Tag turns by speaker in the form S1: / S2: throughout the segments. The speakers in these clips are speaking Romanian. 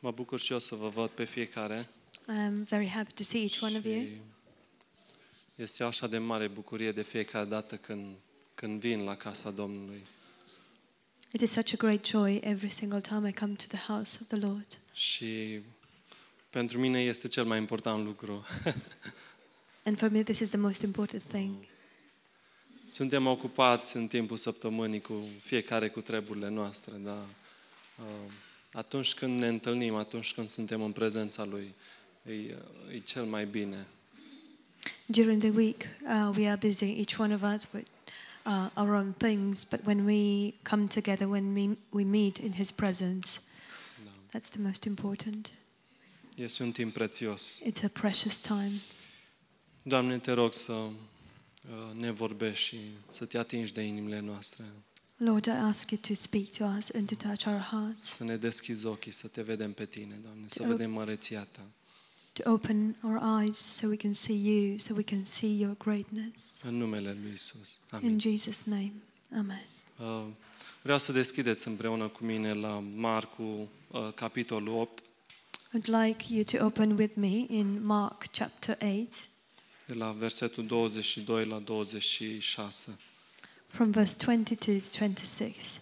S1: Mă bucur și eu să vă văd pe fiecare.
S2: I'm very happy to see each one of you.
S1: Și este o așa de mare bucurie de fiecare dată când, când vin la casa Domnului.
S2: It is such a great joy every single time I come to the house of the Lord.
S1: Și pentru mine este cel mai important lucru.
S2: And for me, this is the most important thing.
S1: Suntem ocupați în timpul săptămânii cu fiecare cu treburile noastre, dar uh, atunci când ne întâlnim, atunci când suntem în prezența Lui, e, e cel mai bine.
S2: During the week, uh, we are busy, each one of us, with uh, our own things, but when we come together, when we, we meet in His presence,
S1: Da.
S2: that's the most important.
S1: Este un timp prețios.
S2: It's a precious time.
S1: Doamne, te rog să uh, ne vorbești și să te atingi de inimile noastre,
S2: Lord, I ask you to speak to us and to touch our hearts,
S1: să ne deschizi ochii, să te vedem pe tine, Doamne, să
S2: Te rog.
S1: vedem măreția ta.
S2: to open our eyes so we can see you, so we can see your greatness.
S1: În numele lui Isus. Amin.
S2: In Jesus' name, Amen.
S1: Uh, Vreau să deschideți împreună cu mine la Marcu, uh, capitolul 8,
S2: I'd like you to open with me in Mark chapter 8,
S1: de la versetul 22 la 26.
S2: from verse 22 to 26.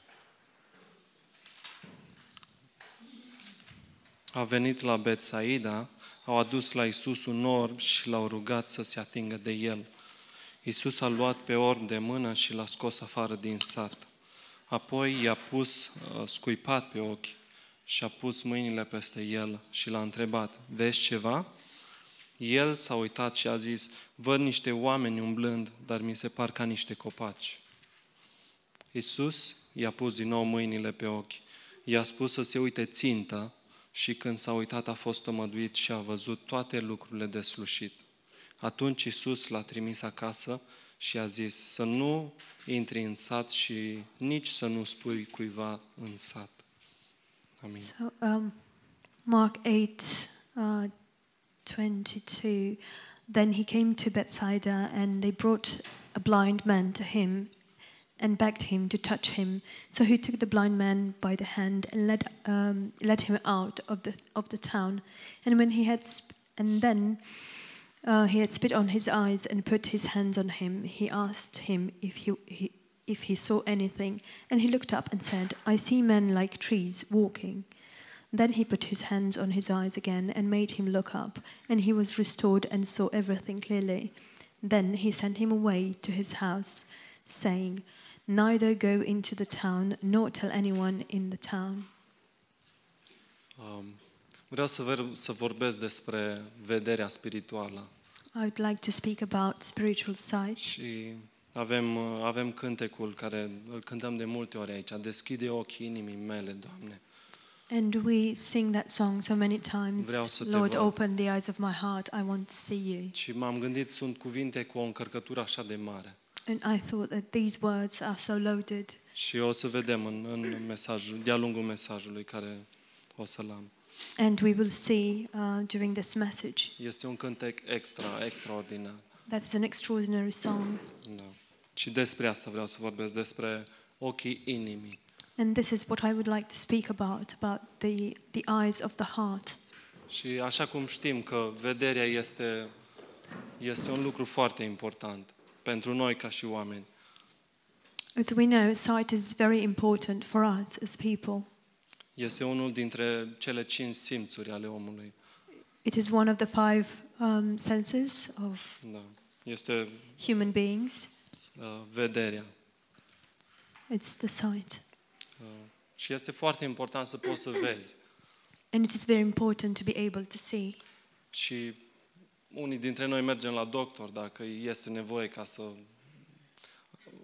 S1: A venit la Betsaida, au adus la Isus un orb și l-au rugat să se atingă de el. Isus a luat pe orb de mână și l-a scos afară din sat. Apoi i-a pus uh, scuipat pe ochi și a pus mâinile peste el și l-a întrebat, vezi ceva? El s-a uitat și a zis, văd niște oameni umblând, dar mi se par ca niște copaci. Isus i-a pus din nou mâinile pe ochi, i-a spus să se uite țintă și când s-a uitat a fost tămăduit și a văzut toate lucrurile de slușit. Atunci Isus l-a trimis acasă și a zis să nu intri în sat și nici să nu spui cuiva în sat. Amin.
S2: So, um, Mark 8, uh, 22. Then he came to Bethsaida, and they brought a blind man to him and begged him to touch him. So he took the blind man by the hand and led, um, led him out of the, of the town. And when he had sp- and then uh, he had spit on his eyes and put his hands on him, he asked him if he, he, if he saw anything. And he looked up and said, I see men like trees walking. Then he put his hands on his eyes again and made him look up, and he was restored and saw everything clearly. Then he sent him away to his house, saying, Neither go into the town nor tell anyone in the town.
S1: Um, Vreau să, ver, să vorbesc despre vederea spirituală.
S2: I would like to speak about spiritual sight.
S1: Și avem, uh, avem cântecul care îl cântăm de multe ori aici. Deschide ochii inimii mele, Doamne.
S2: And we sing that song so many
S1: Vreau
S2: times
S1: să te
S2: Lord,
S1: văd."
S2: open the eyes of my heart, I want to see you.
S1: Și m-am gândit, sunt cuvinte cu o încărcătură așa de mare.
S2: And I thought that these words are so loaded.
S1: Și o să vedem în, în mesajul, de-a lungul mesajului care o să-l am.
S2: And we will see uh, during this message
S1: Este un cântec extra, extraordinar.
S2: that is an extraordinary song.
S1: Da. Și despre asta vreau să vorbesc, despre ochii inimii.
S2: And this is what I would like to speak about about the, the eyes of the heart.
S1: Și așa cum știm că vederea este, este un lucru foarte important pentru noi ca și oameni.
S2: As we know, sight is very important for us as people.
S1: Este unul dintre cele cinci simțuri ale omului.
S2: It is one of the five um, senses of
S1: Da. Este
S2: human beings.
S1: uh, vederea.
S2: It's the sight.
S1: Uh, și este foarte important să poți să vezi.
S2: And it is very important to be able to see.
S1: Și unii dintre noi mergem la doctor dacă este nevoie ca să,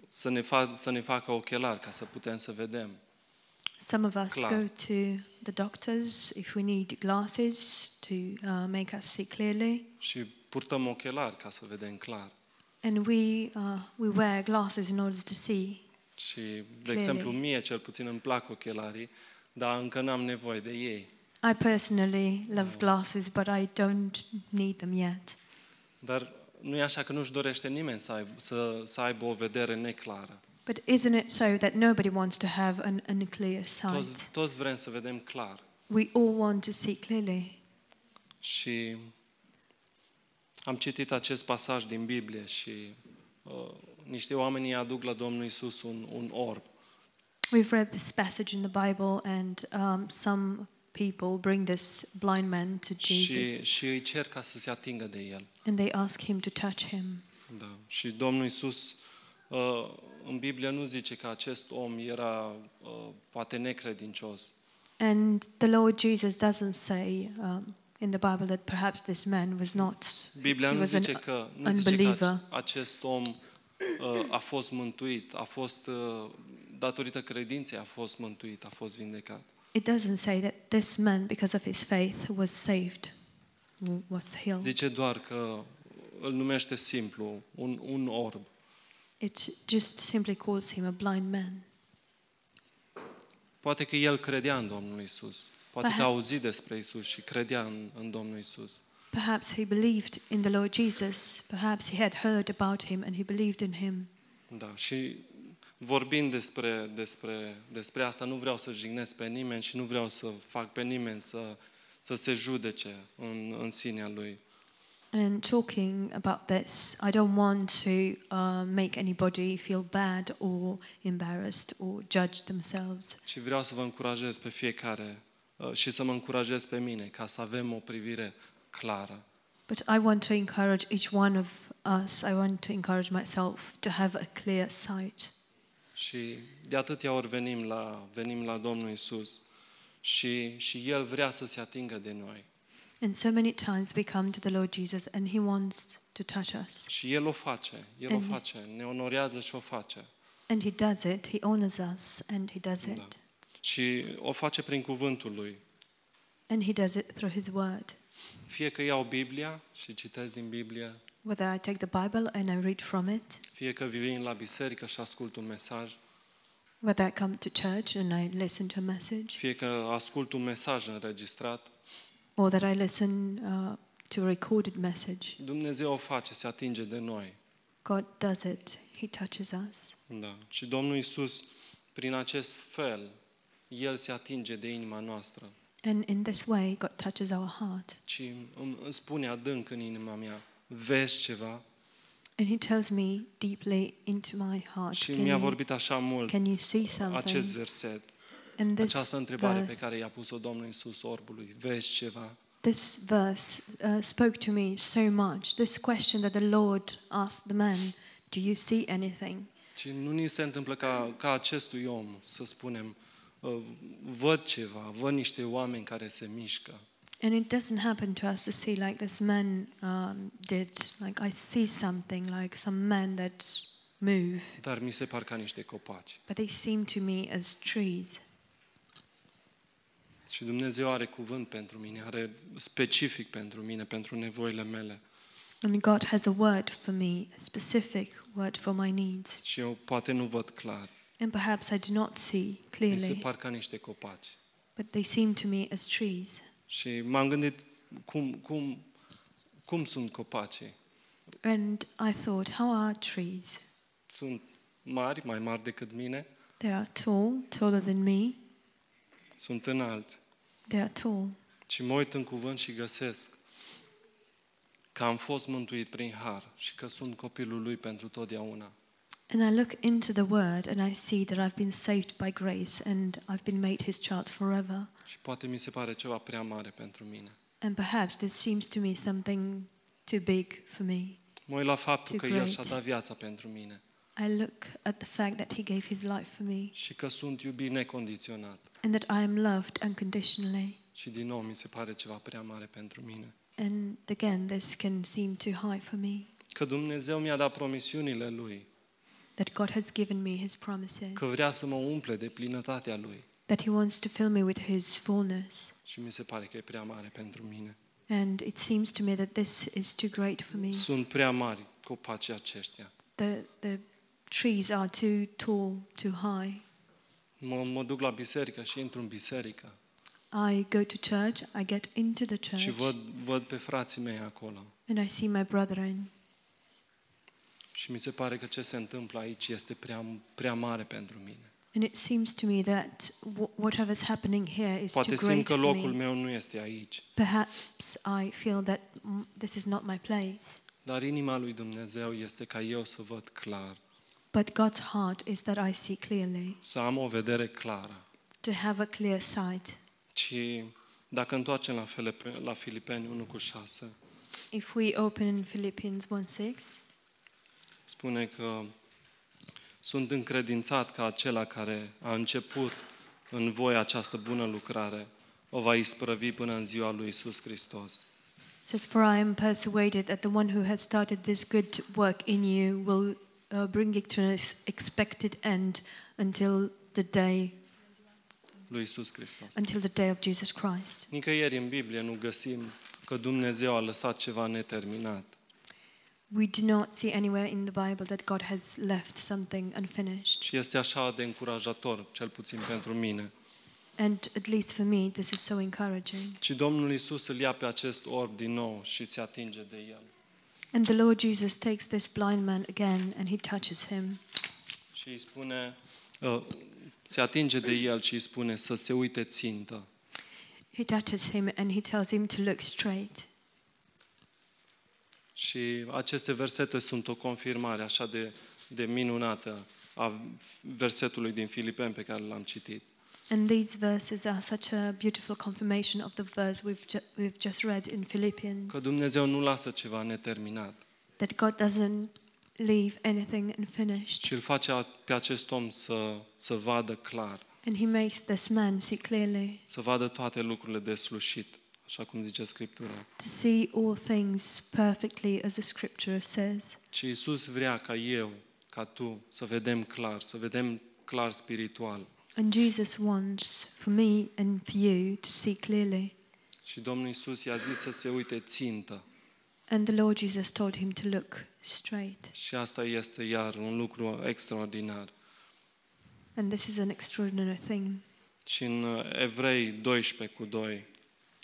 S1: să, ne, fa- să ne facă ochelari, ca să putem să vedem.
S2: Some of us
S1: Clar.
S2: go to the doctors if we need glasses to uh, make us see clearly.
S1: Și purtăm ochelari ca să vedem clar.
S2: And we, uh, we wear glasses in order to see.
S1: Și, de
S2: Clearly.
S1: exemplu, mie cel puțin îmi plac ochelarii, dar încă n-am nevoie de ei.
S2: I personally love glasses, but I don't need them yet.
S1: Dar nu e așa că nu-și dorește nimeni să aibă, să, să aibă o vedere neclară.
S2: But isn't it so that nobody wants to have an unclear sight?
S1: Toți, toți vrem să vedem clar.
S2: We all want to see clearly.
S1: Și am citit acest pasaj din Biblie și uh, niște oameni îi aduc la Domnul Isus un, un orb.
S2: We've read this passage in the Bible, and um, some people bring this blind man to
S1: și,
S2: Jesus
S1: și îi cer ca să se atingă de el.
S2: and they ask him to touch him.
S1: Da. Și Domnul Isus uh, în Biblie nu zice că acest om era uh, poate necredincios,
S2: And the Lord Jesus doesn't say um, in the Bible that perhaps this man was not,
S1: Biblia
S2: he
S1: nu
S2: was an
S1: zice că, nu zice că
S2: unbeliever.
S1: ace- acest om uh, a fost mântuit, a fost, uh, datorită credinței, a fost mântuit, a fost vindecat.
S2: It doesn't say that this man, because of his faith, was saved, w- was healed.
S1: Zice doar că îl numește simplu, un, un orb.
S2: It just simply calls him a blind man.
S1: Poate că el credea în Domnul Isus. Poate că a
S2: Perhaps.
S1: auzit despre Isus și credea în, în Domnul Isus.
S2: Perhaps he believed in the Lord Jesus. Perhaps he had heard about him and he believed in him.
S1: Da, și vorbind despre, despre, despre asta, nu vreau să jignesc pe nimeni și nu vreau să fac pe nimeni să, să se judece în, în sinea lui.
S2: And talking about this, I don't want to uh, make anybody feel bad or embarrassed or judge themselves.
S1: Și vreau să vă încurajez pe fiecare uh, și să mă încurajez pe mine ca să avem o privire clară.
S2: But I want to encourage each one of us, I want to encourage myself to have a clear sight.
S1: Și de atâtea ori venim la, venim la Domnul Isus și, și El vrea să se atingă de noi.
S2: And so many times we come to the Lord Jesus and he wants to touch us.
S1: Și El o face, El o
S2: Amin.
S1: face, ne onorează și o face.
S2: And he does it, he honors us and he does it.
S1: Da. Și o face prin cuvântul Lui.
S2: And he does it through his word.
S1: Fie că iau Biblia și citesc din Biblie,
S2: Whether I take the Bible and I read from it,
S1: fie că vin la biserică și ascult un mesaj,
S2: whether I come to church and I listen to a message,
S1: fie că ascult un mesaj înregistrat,
S2: or that I listen uh, to a recorded message.
S1: Dumnezeu o face, se atinge de noi.
S2: God does it, He touches us.
S1: Da. Și Domnul Isus, prin acest fel, El se atinge de inima noastră
S2: And in this way, God touches our heart.
S1: și îmi îmi spune adânc în inima mea, vezi ceva?
S2: And He tells me deeply into my heart
S1: Și
S2: Can
S1: mi-a
S2: you,
S1: vorbit așa mult
S2: can you see something?
S1: acest verset,
S2: And this
S1: această întrebare pe care
S2: verse,
S1: i-a pus-o Domnul Isus orbului, vezi ceva?
S2: this verse uh, spoke to me so much. This question that the Lord asked the man Do you see anything?
S1: Și nu ni se întâmplă ca, ca acestui om să spunem, "Uh, văd ceva, văd niște oameni care se mișcă.
S2: And it doesn't happen to us to see like this man um, did. Like, I see something, like some men that move.
S1: Dar mi se par ca niște copaci.
S2: but they seem to me as trees.
S1: Și Dumnezeu are cuvânt pentru mine, are specific pentru mine, pentru nevoile mele.
S2: And God has a word for me, a specific word for my needs.
S1: Și eu poate nu văd clar.
S2: And perhaps I do not see
S1: Mi se
S2: clearly,
S1: par ca niște copaci.
S2: but they seem to me as trees.
S1: Și m-am gândit cum, cum, cum sunt copacii.
S2: And I thought, how are trees?
S1: Sunt mari, mai mari decât mine,
S2: They are tall, taller than me.
S1: sunt înalți.
S2: They are tall.
S1: Și mă uit în cuvânt și găsesc că am fost mântuit prin har și că sunt copilul lui pentru totdeauna.
S2: And I look into the word and I see that I've been saved by grace and I've been made his child forever.
S1: Și poate mi se pare ceva prea mare pentru mine.
S2: And perhaps this seems to me something too big for me.
S1: Mă uit la faptul
S2: Too
S1: că el
S2: great.
S1: și-a dat viața pentru mine
S2: I look at the fact that he gave his life for me.
S1: și că sunt iubit necondiționat.
S2: and that I am loved unconditionally.
S1: Și din nou mi se pare ceva prea mare pentru mine.
S2: And again, this can seem too high for me.
S1: Că Dumnezeu mi-a dat promisiunile lui,
S2: That God has given me His promises,
S1: că vrea să mă umple de plinătatea lui.
S2: that He wants to fill me with His fullness.
S1: Și mi se pare că e prea mare pentru mine.
S2: And it seems to me that this is too great for me.
S1: Sunt prea mari copacii aceștia.
S2: The, the trees are too tall, too high.
S1: Mă, mă duc la biserică și intru în biserică.
S2: I go to church, I get into the church,
S1: Și văd, văd pe frații mei acolo.
S2: and I see my brethren.
S1: Și mi se pare că ce se întâmplă aici este prea, prea mare pentru mine.
S2: And it seems to me that wh- whatever's happening here is
S1: Poate
S2: too
S1: simt
S2: great
S1: că
S2: for
S1: locul
S2: me.
S1: meu nu este aici,
S2: Perhaps I feel that mm, this is not my place.
S1: dar inima lui Dumnezeu este ca eu să văd clar,
S2: But God's heart is that I see clearly,
S1: să am o vedere clară.
S2: to have a clear sight.
S1: Și dacă întoarcem la, Filipe, la Filipeni 1 cu 6,
S2: If we open in Philippians 1 6,
S1: spune că sunt încredințat că acela care a început în voi această bună lucrare o va isprăvi până în ziua lui Isus Hristos.
S2: it says, For I am persuaded that the one who has started this good work in you will uh, bring it to an ex- expected end until the day
S1: Lui Isus Hristos.
S2: until the day of Jesus Christ.
S1: Nicăieri în Biblie nu găsim că Dumnezeu a lăsat ceva neterminat.
S2: We do not see anywhere in the Bible that God has left something unfinished.
S1: Și este așa de încurajator, cel puțin pentru mine.
S2: And at least for me, this is so encouraging.
S1: Ci Domnul Isus îl ia pe acest orb din nou și se atinge de el.
S2: And the Lord Jesus takes this blind man again and he touches him.
S1: Și îi spune, uh, se atinge de el și îi spune să se uite țintă.
S2: He touches him and he tells him to look straight.
S1: Și aceste versete sunt o confirmare așa de, de minunată a versetului din Filipeni pe care l-am citit.
S2: And these verses are such a beautiful confirmation of the verse we've, ju- we've just read in
S1: Că
S2: Philippians
S1: Dumnezeu nu lasă ceva neterminat,
S2: that God doesn't leave anything
S1: ci
S2: unfinished.
S1: îl face a- pe acest om să, să vadă clar,
S2: And he makes this man see clearly,
S1: să vadă toate lucrurile deslușit, așa cum zice Scriptura.
S2: to see all things perfectly, as the scripture says.
S1: Și Iisus vrea ca eu, ca tu, să vedem clar, să vedem clar spiritual.
S2: And Jesus wants for me and for you to see clearly.
S1: Și Domnul Iisus i-a zis să se uite țintă.
S2: And the Lord Jesus told him to look straight.
S1: Și asta este iar un lucru extraordinar.
S2: And this is an extraordinary thing.
S1: Și în uh, Evrei 12 cu 2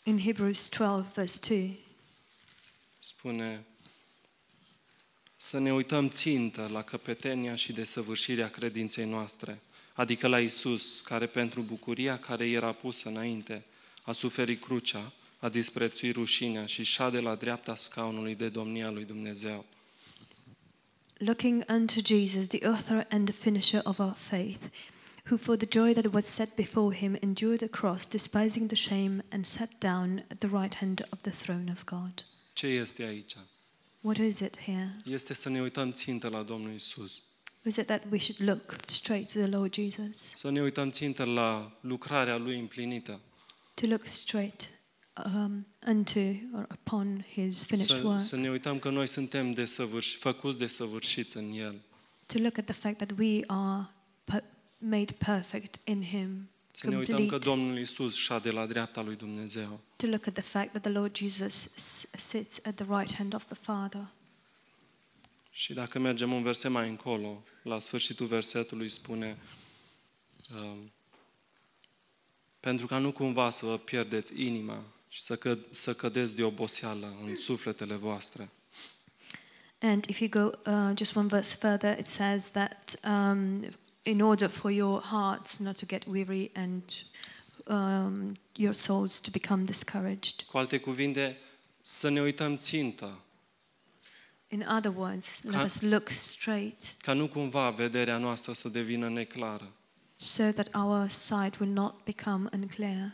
S2: In Hebrews 12, verse 2,
S1: spune să ne uităm țintă la căpetenia și desăvârșirea credinței noastre, adică la Isus, care pentru bucuria care era pusă înainte a suferit crucea, a disprețuit rușinea și șade la dreapta scaunului de domnia lui Dumnezeu.
S2: looking unto Jesus, the author and the finisher of our faith, who for the joy that was set before him endured the cross, despising the shame, and sat down at the right hand of the throne of God.
S1: Ce este aici?
S2: What is it here?
S1: Este să ne uităm țintă la Domnul Isus,
S2: Is it that we should look straight to the Lord Jesus,
S1: să ne uităm țintă la lucrarea Lui împlinită,
S2: to look straight um, unto or upon his finished
S1: să,
S2: work,
S1: să ne uităm că noi suntem desăvârși, făcuți desăvârșiți în El,
S2: to look at the fact that we are per- made perfect in him,
S1: Să ne uităm
S2: complete
S1: că Domnul Isus șade la dreapta lui Dumnezeu.
S2: to look at the fact that the Lord Jesus s- sits at the right hand of the Father.
S1: Și dacă mergem un verset mai încolo, la sfârșitul versetului spune um, pentru ca nu cumva să vă pierdeți inima și să, că, să cădeți de oboseală în sufletele voastre.
S2: And if you go uh, just one verse further, it says that um, in order for your hearts not to get weary and um, your souls to become discouraged.
S1: Cu alte cuvinte, să ne uităm țintă,
S2: In other words, let
S1: Ca-
S2: us look straight
S1: ca nu cumva vederea noastră să devină neclară.
S2: so that our sight will not become unclear.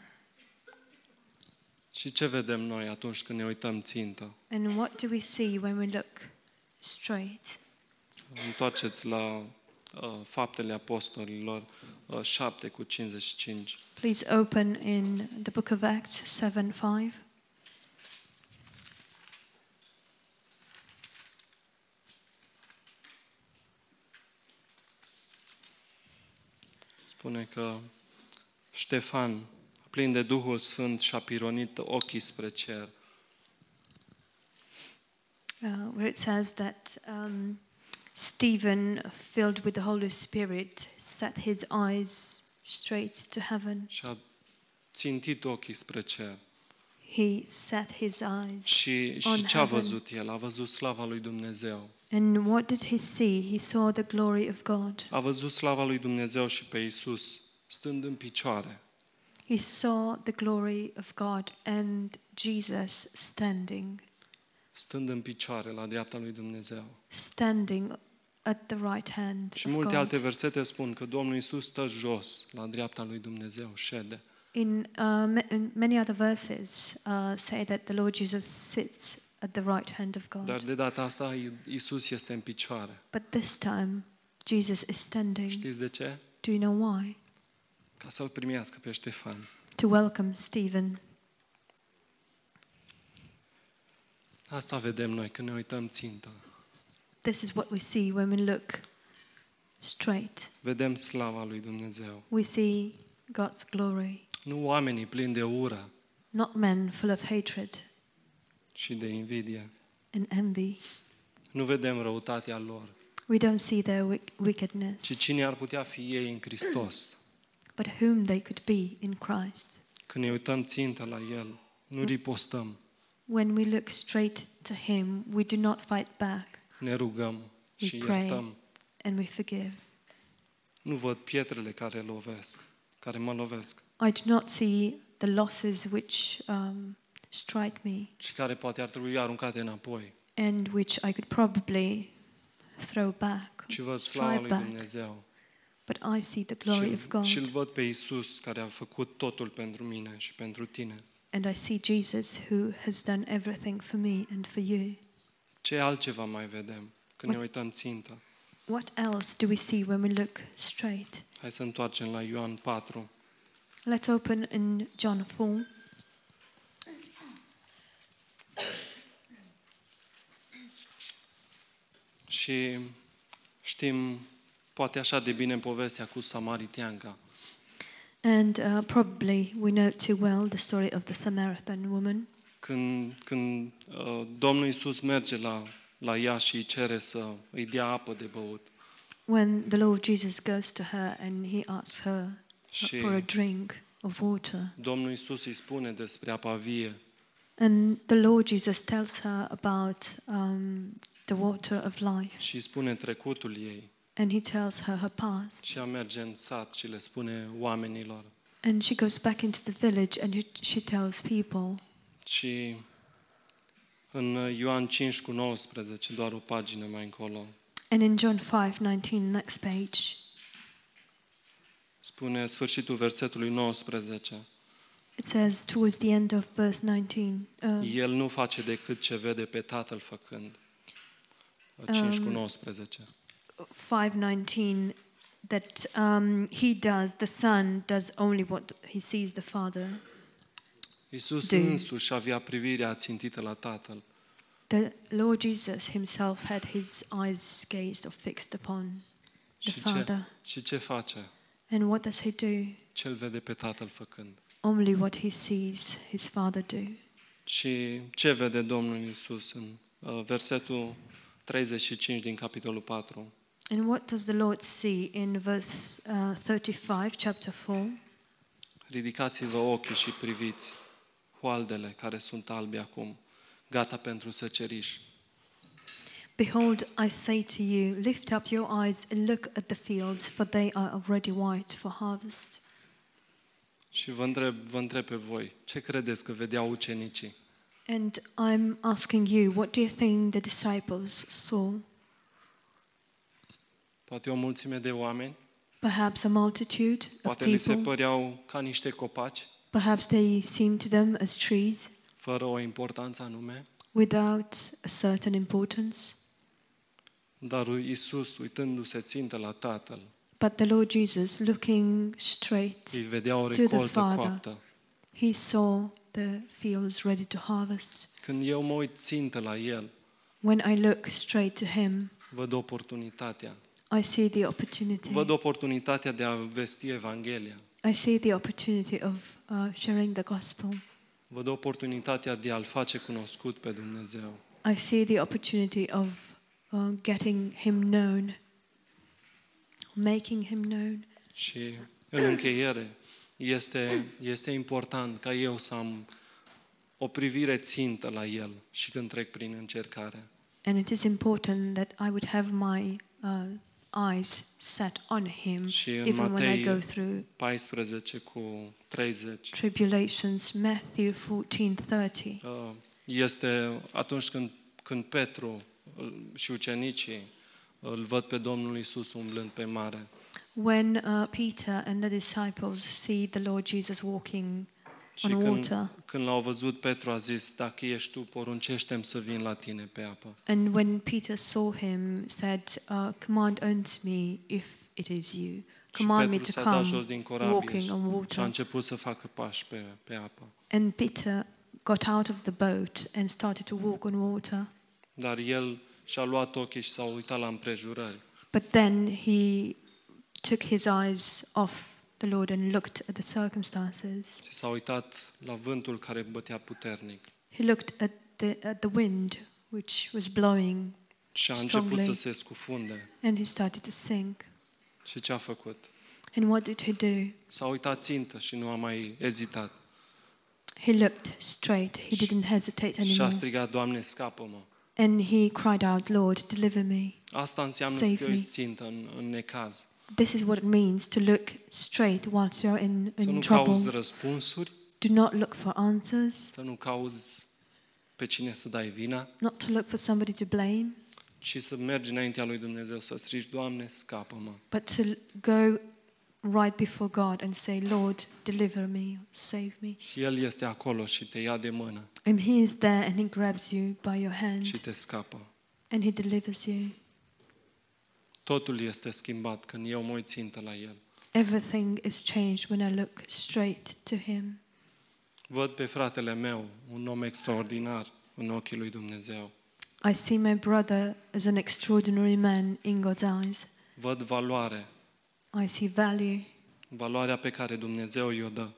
S1: Și ce vedem noi atunci când ne uităm țintă?
S2: And what do we see when we look straight?
S1: Întoarceți la uh, faptele apostolilor uh, 7 cu 55.
S2: Please open in the book of Acts 7 5.
S1: Spune că Ștefan, plin de Duhul Sfânt, și-a pironit ochii spre cer.
S2: uh, where it says that um, Stephen, filled with the Holy Spirit, set his eyes straight to heaven.
S1: Și-a țintit ochii spre cer.
S2: He set his eyes,
S1: Și,
S2: On
S1: și ce a
S2: heaven.
S1: văzut el? A văzut slava lui Dumnezeu.
S2: And what did he see? He saw the glory of God.
S1: A văzut slava lui Dumnezeu și pe Isus stând în picioare.
S2: He saw the glory of God and Jesus standing,
S1: Stând în picioare la dreapta lui Dumnezeu.
S2: standing at the right hand
S1: Și
S2: of
S1: multe alte
S2: God.
S1: versete spun că Domnul Isus stă jos la dreapta lui Dumnezeu, șede.
S2: In, uh, ma- in many other verses, uh, say that the Lord Jesus sits at the right hand of
S1: Dar
S2: God.
S1: de data asta I- Isus este în picioare.
S2: But this time, Jesus is standing.
S1: Știți de ce?
S2: Do you know why?
S1: Ca să-l primească pe Ștefan.
S2: To welcome Stephen.
S1: Asta vedem noi când ne uităm țintă.
S2: This is what we see when we look straight.
S1: Vedem slava lui Dumnezeu.
S2: We see God's glory,
S1: Nu oamenii plini de ură
S2: not men full of hatred
S1: și de invidie.
S2: and envy.
S1: Nu vedem răutatea lor,
S2: We don't see their wick-
S1: ci
S2: wickedness,
S1: cine ar putea fi ei în Hristos.
S2: but whom they could be in Christ.
S1: Când ne uităm țintă la El, nu ripostăm,
S2: When we look straight to Him, we do not fight back
S1: ne rugăm și
S2: We pray.
S1: iertăm.
S2: and we forgive.
S1: Nu văd pietrele care lovesc, care mă lovesc
S2: I do not see the losses which um, strike me
S1: și care poate ar trebui aruncate înapoi,
S2: and which I could probably throw back,
S1: ci văd slava
S2: strike
S1: lui
S2: back,
S1: Dumnezeu.
S2: but I see the glory of
S1: Și-
S2: God
S1: Și îl văd pe Isus care a făcut totul pentru mine și pentru tine.
S2: and I see Jesus who has done everything for me and for you.
S1: Ce altceva mai vedem când ne uităm țintă?
S2: What else do we see when we look straight?
S1: Hai să întoarcem la Ioan 4.
S2: Let's open in John 4.
S1: Și știm poate așa de bine povestea cu Samariteanca.
S2: And uh, probably we know too well the story of the Samaritan woman.
S1: Când, când uh, Domnul Isus merge la, la ea și îi cere să îi dea apă de băut
S2: When the Lord Jesus goes to her and he asks her
S1: și
S2: for a drink of water.
S1: Domnul Isus îi spune despre apa vie
S2: And the Lord Jesus tells her about um, the water of life.
S1: și îi spune trecutul ei
S2: And he tells her her past.
S1: și ea merge în sat și le spune oamenilor.
S2: And she goes back into the village and he- she tells people.
S1: Și în Ioan 5 cu 19, doar o pagină mai încolo,
S2: And in John 5 19, next page,
S1: spune sfârșitul versetului 19.
S2: it says towards the end of verse 19. Uh,
S1: El nu face decât ce vede pe Tatăl făcând. 5 cu
S2: Um,
S1: 19.
S2: 5:19 that um, he does the son does only what he sees the father
S1: Iisus
S2: de-
S1: însuși avea privirea țintită la Tatăl.
S2: the lord jesus himself had his eyes gazed or fixed upon
S1: Și
S2: the
S1: ce,
S2: father
S1: și ce face?
S2: and what does he do
S1: Ce îl vede pe Tatăl făcând.
S2: only what he sees his father do
S1: Și ce vede Domnul Iisus în uh, versetul 35 din capitolul 4?
S2: and what does the lord see in verse uh, 35 chapter 4
S1: Ridicați-vă ochii și priviți hoaldele care sunt albe acum, gata pentru săceriș.
S2: behold i say to you lift up your eyes and look at the fields for they are already white for harvest
S1: Și vă întreb, vă întreb pe voi, ce credeți că vedeau ucenicii?
S2: And I'm asking you, what do you think the disciples saw?
S1: Poate o mulțime de oameni,
S2: Perhaps a multitude of
S1: poate li se
S2: people.
S1: păreau ca niște copaci,
S2: Perhaps they seemed to them as trees
S1: fără o importanță anume,
S2: without a certain importance.
S1: dar Iisus, uitându-se țintă la Tatăl,
S2: But the Lord Jesus, looking straight,
S1: îi vedea o
S2: the
S1: recoltă
S2: Father.
S1: coaptă.
S2: he saw the fields ready to harvest.
S1: Când eu mă uit țintă la El,
S2: When I look straight to him,
S1: văd oportunitatea.
S2: I see the opportunity.
S1: Văd oportunitatea de a vesti Evanghelia.
S2: I see the opportunity of uh, sharing the gospel.
S1: Văd oportunitatea de a-L face cunoscut pe Dumnezeu.
S2: I see the opportunity of uh, getting him known, making him known.
S1: Și în încheiere, este, este important ca eu să am o privire țintă la El și când trec prin încercare.
S2: And it is important that I would have my uh, eyes set on him,
S1: Și în
S2: even when I
S1: Matei
S2: go through
S1: 14 cu 30.
S2: tribulations. Matthew 14:30.
S1: Uh, Este atunci când, când Petru îl- și ucenicii uh, îl văd pe Domnul Isus umblând pe mare.
S2: When uh, Peter and the disciples see the Lord Jesus walking
S1: Și
S2: on
S1: când,
S2: water,
S1: când l-au văzut, Petru a zis, dacă ești tu, poruncește-mi să vin la tine pe apă.
S2: and when Peter saw him, said, uh, "Command unto me if it is you. Command
S1: și
S2: me
S1: Petru
S2: to
S1: s-a dat jos
S2: come."
S1: din corabie
S2: walking
S1: și,
S2: on water.
S1: și a început să facă pași pe, pe apă.
S2: And Peter got out of the boat and started to walk on water.
S1: Dar el și-a luat ochii și s-a uitat la împrejurări.
S2: But then he took his eyes off the Lord and looked at the circumstances.
S1: Și s-a uitat la vântul care bătea puternic.
S2: He looked at the, at the wind which was blowing
S1: Și a început
S2: Strongly.
S1: să se scufunde.
S2: and he started to sink.
S1: Și ce a făcut?
S2: And what did he do?
S1: S-a uitat țintă și nu a mai ezitat.
S2: He looked straight. He didn't hesitate
S1: Și a
S2: anymore.
S1: strigat, Doamne, scapă-mă.
S2: And he cried out, Lord, deliver me.
S1: Asta înseamnă să
S2: Save
S1: te
S2: me.
S1: uiți țintă în, în necaz.
S2: This is what it means to look straight whilst you're in,
S1: Să
S2: in
S1: nu
S2: trouble.
S1: cauți răspunsuri,
S2: Do not look for answers,
S1: să nu cauți pe cine să dai vina,
S2: not to look for somebody to blame,
S1: ci să mergi înaintea lui Dumnezeu, să strigi, Doamne, scapă-mă.
S2: but to go right before God and say, Lord, deliver me, save me.
S1: Și El este acolo și te ia de mână
S2: And He is there and He grabs you by your
S1: și
S2: hand
S1: te scapă.
S2: and He delivers you.
S1: Totul este schimbat când eu mă uit țintă la El.
S2: Everything is changed when I look straight to Him.
S1: Văd pe fratele meu, un om extraordinar în ochii lui Dumnezeu.
S2: I see my brother as an extraordinary man in God's eyes.
S1: Văd valoare,
S2: I see value,
S1: valoarea pe care Dumnezeu i-o dă.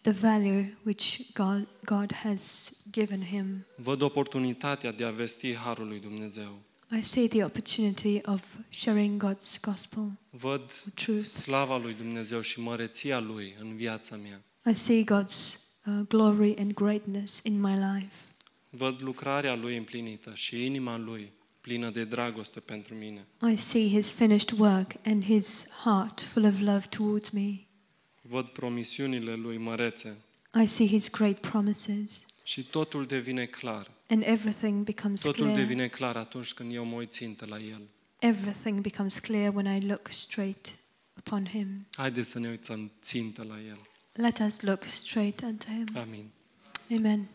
S2: the value which God, God has given him.
S1: Văd oportunitatea de a vesti harul lui Dumnezeu.
S2: I see the opportunity of sharing God's gospel,
S1: Văd
S2: truth.
S1: slava lui Dumnezeu și măreția lui în viața mea.
S2: I see God's uh, glory and greatness in my life.
S1: Văd lucrarea lui împlinită și inima lui plină de dragoste pentru mine.
S2: I see his finished work and his heart full of love towards me.
S1: Văd promisiunile lui mărețe
S2: I see his great promises,
S1: și totul devine clar.
S2: and everything becomes
S1: Totul
S2: clear.
S1: devine clar atunci când eu mă uit țintă la el.
S2: Everything becomes clear when I look straight upon him.
S1: Haideți să ne uităm țintă la el. Uh,
S2: Let us look straight unto him.
S1: Amin.
S2: Amen.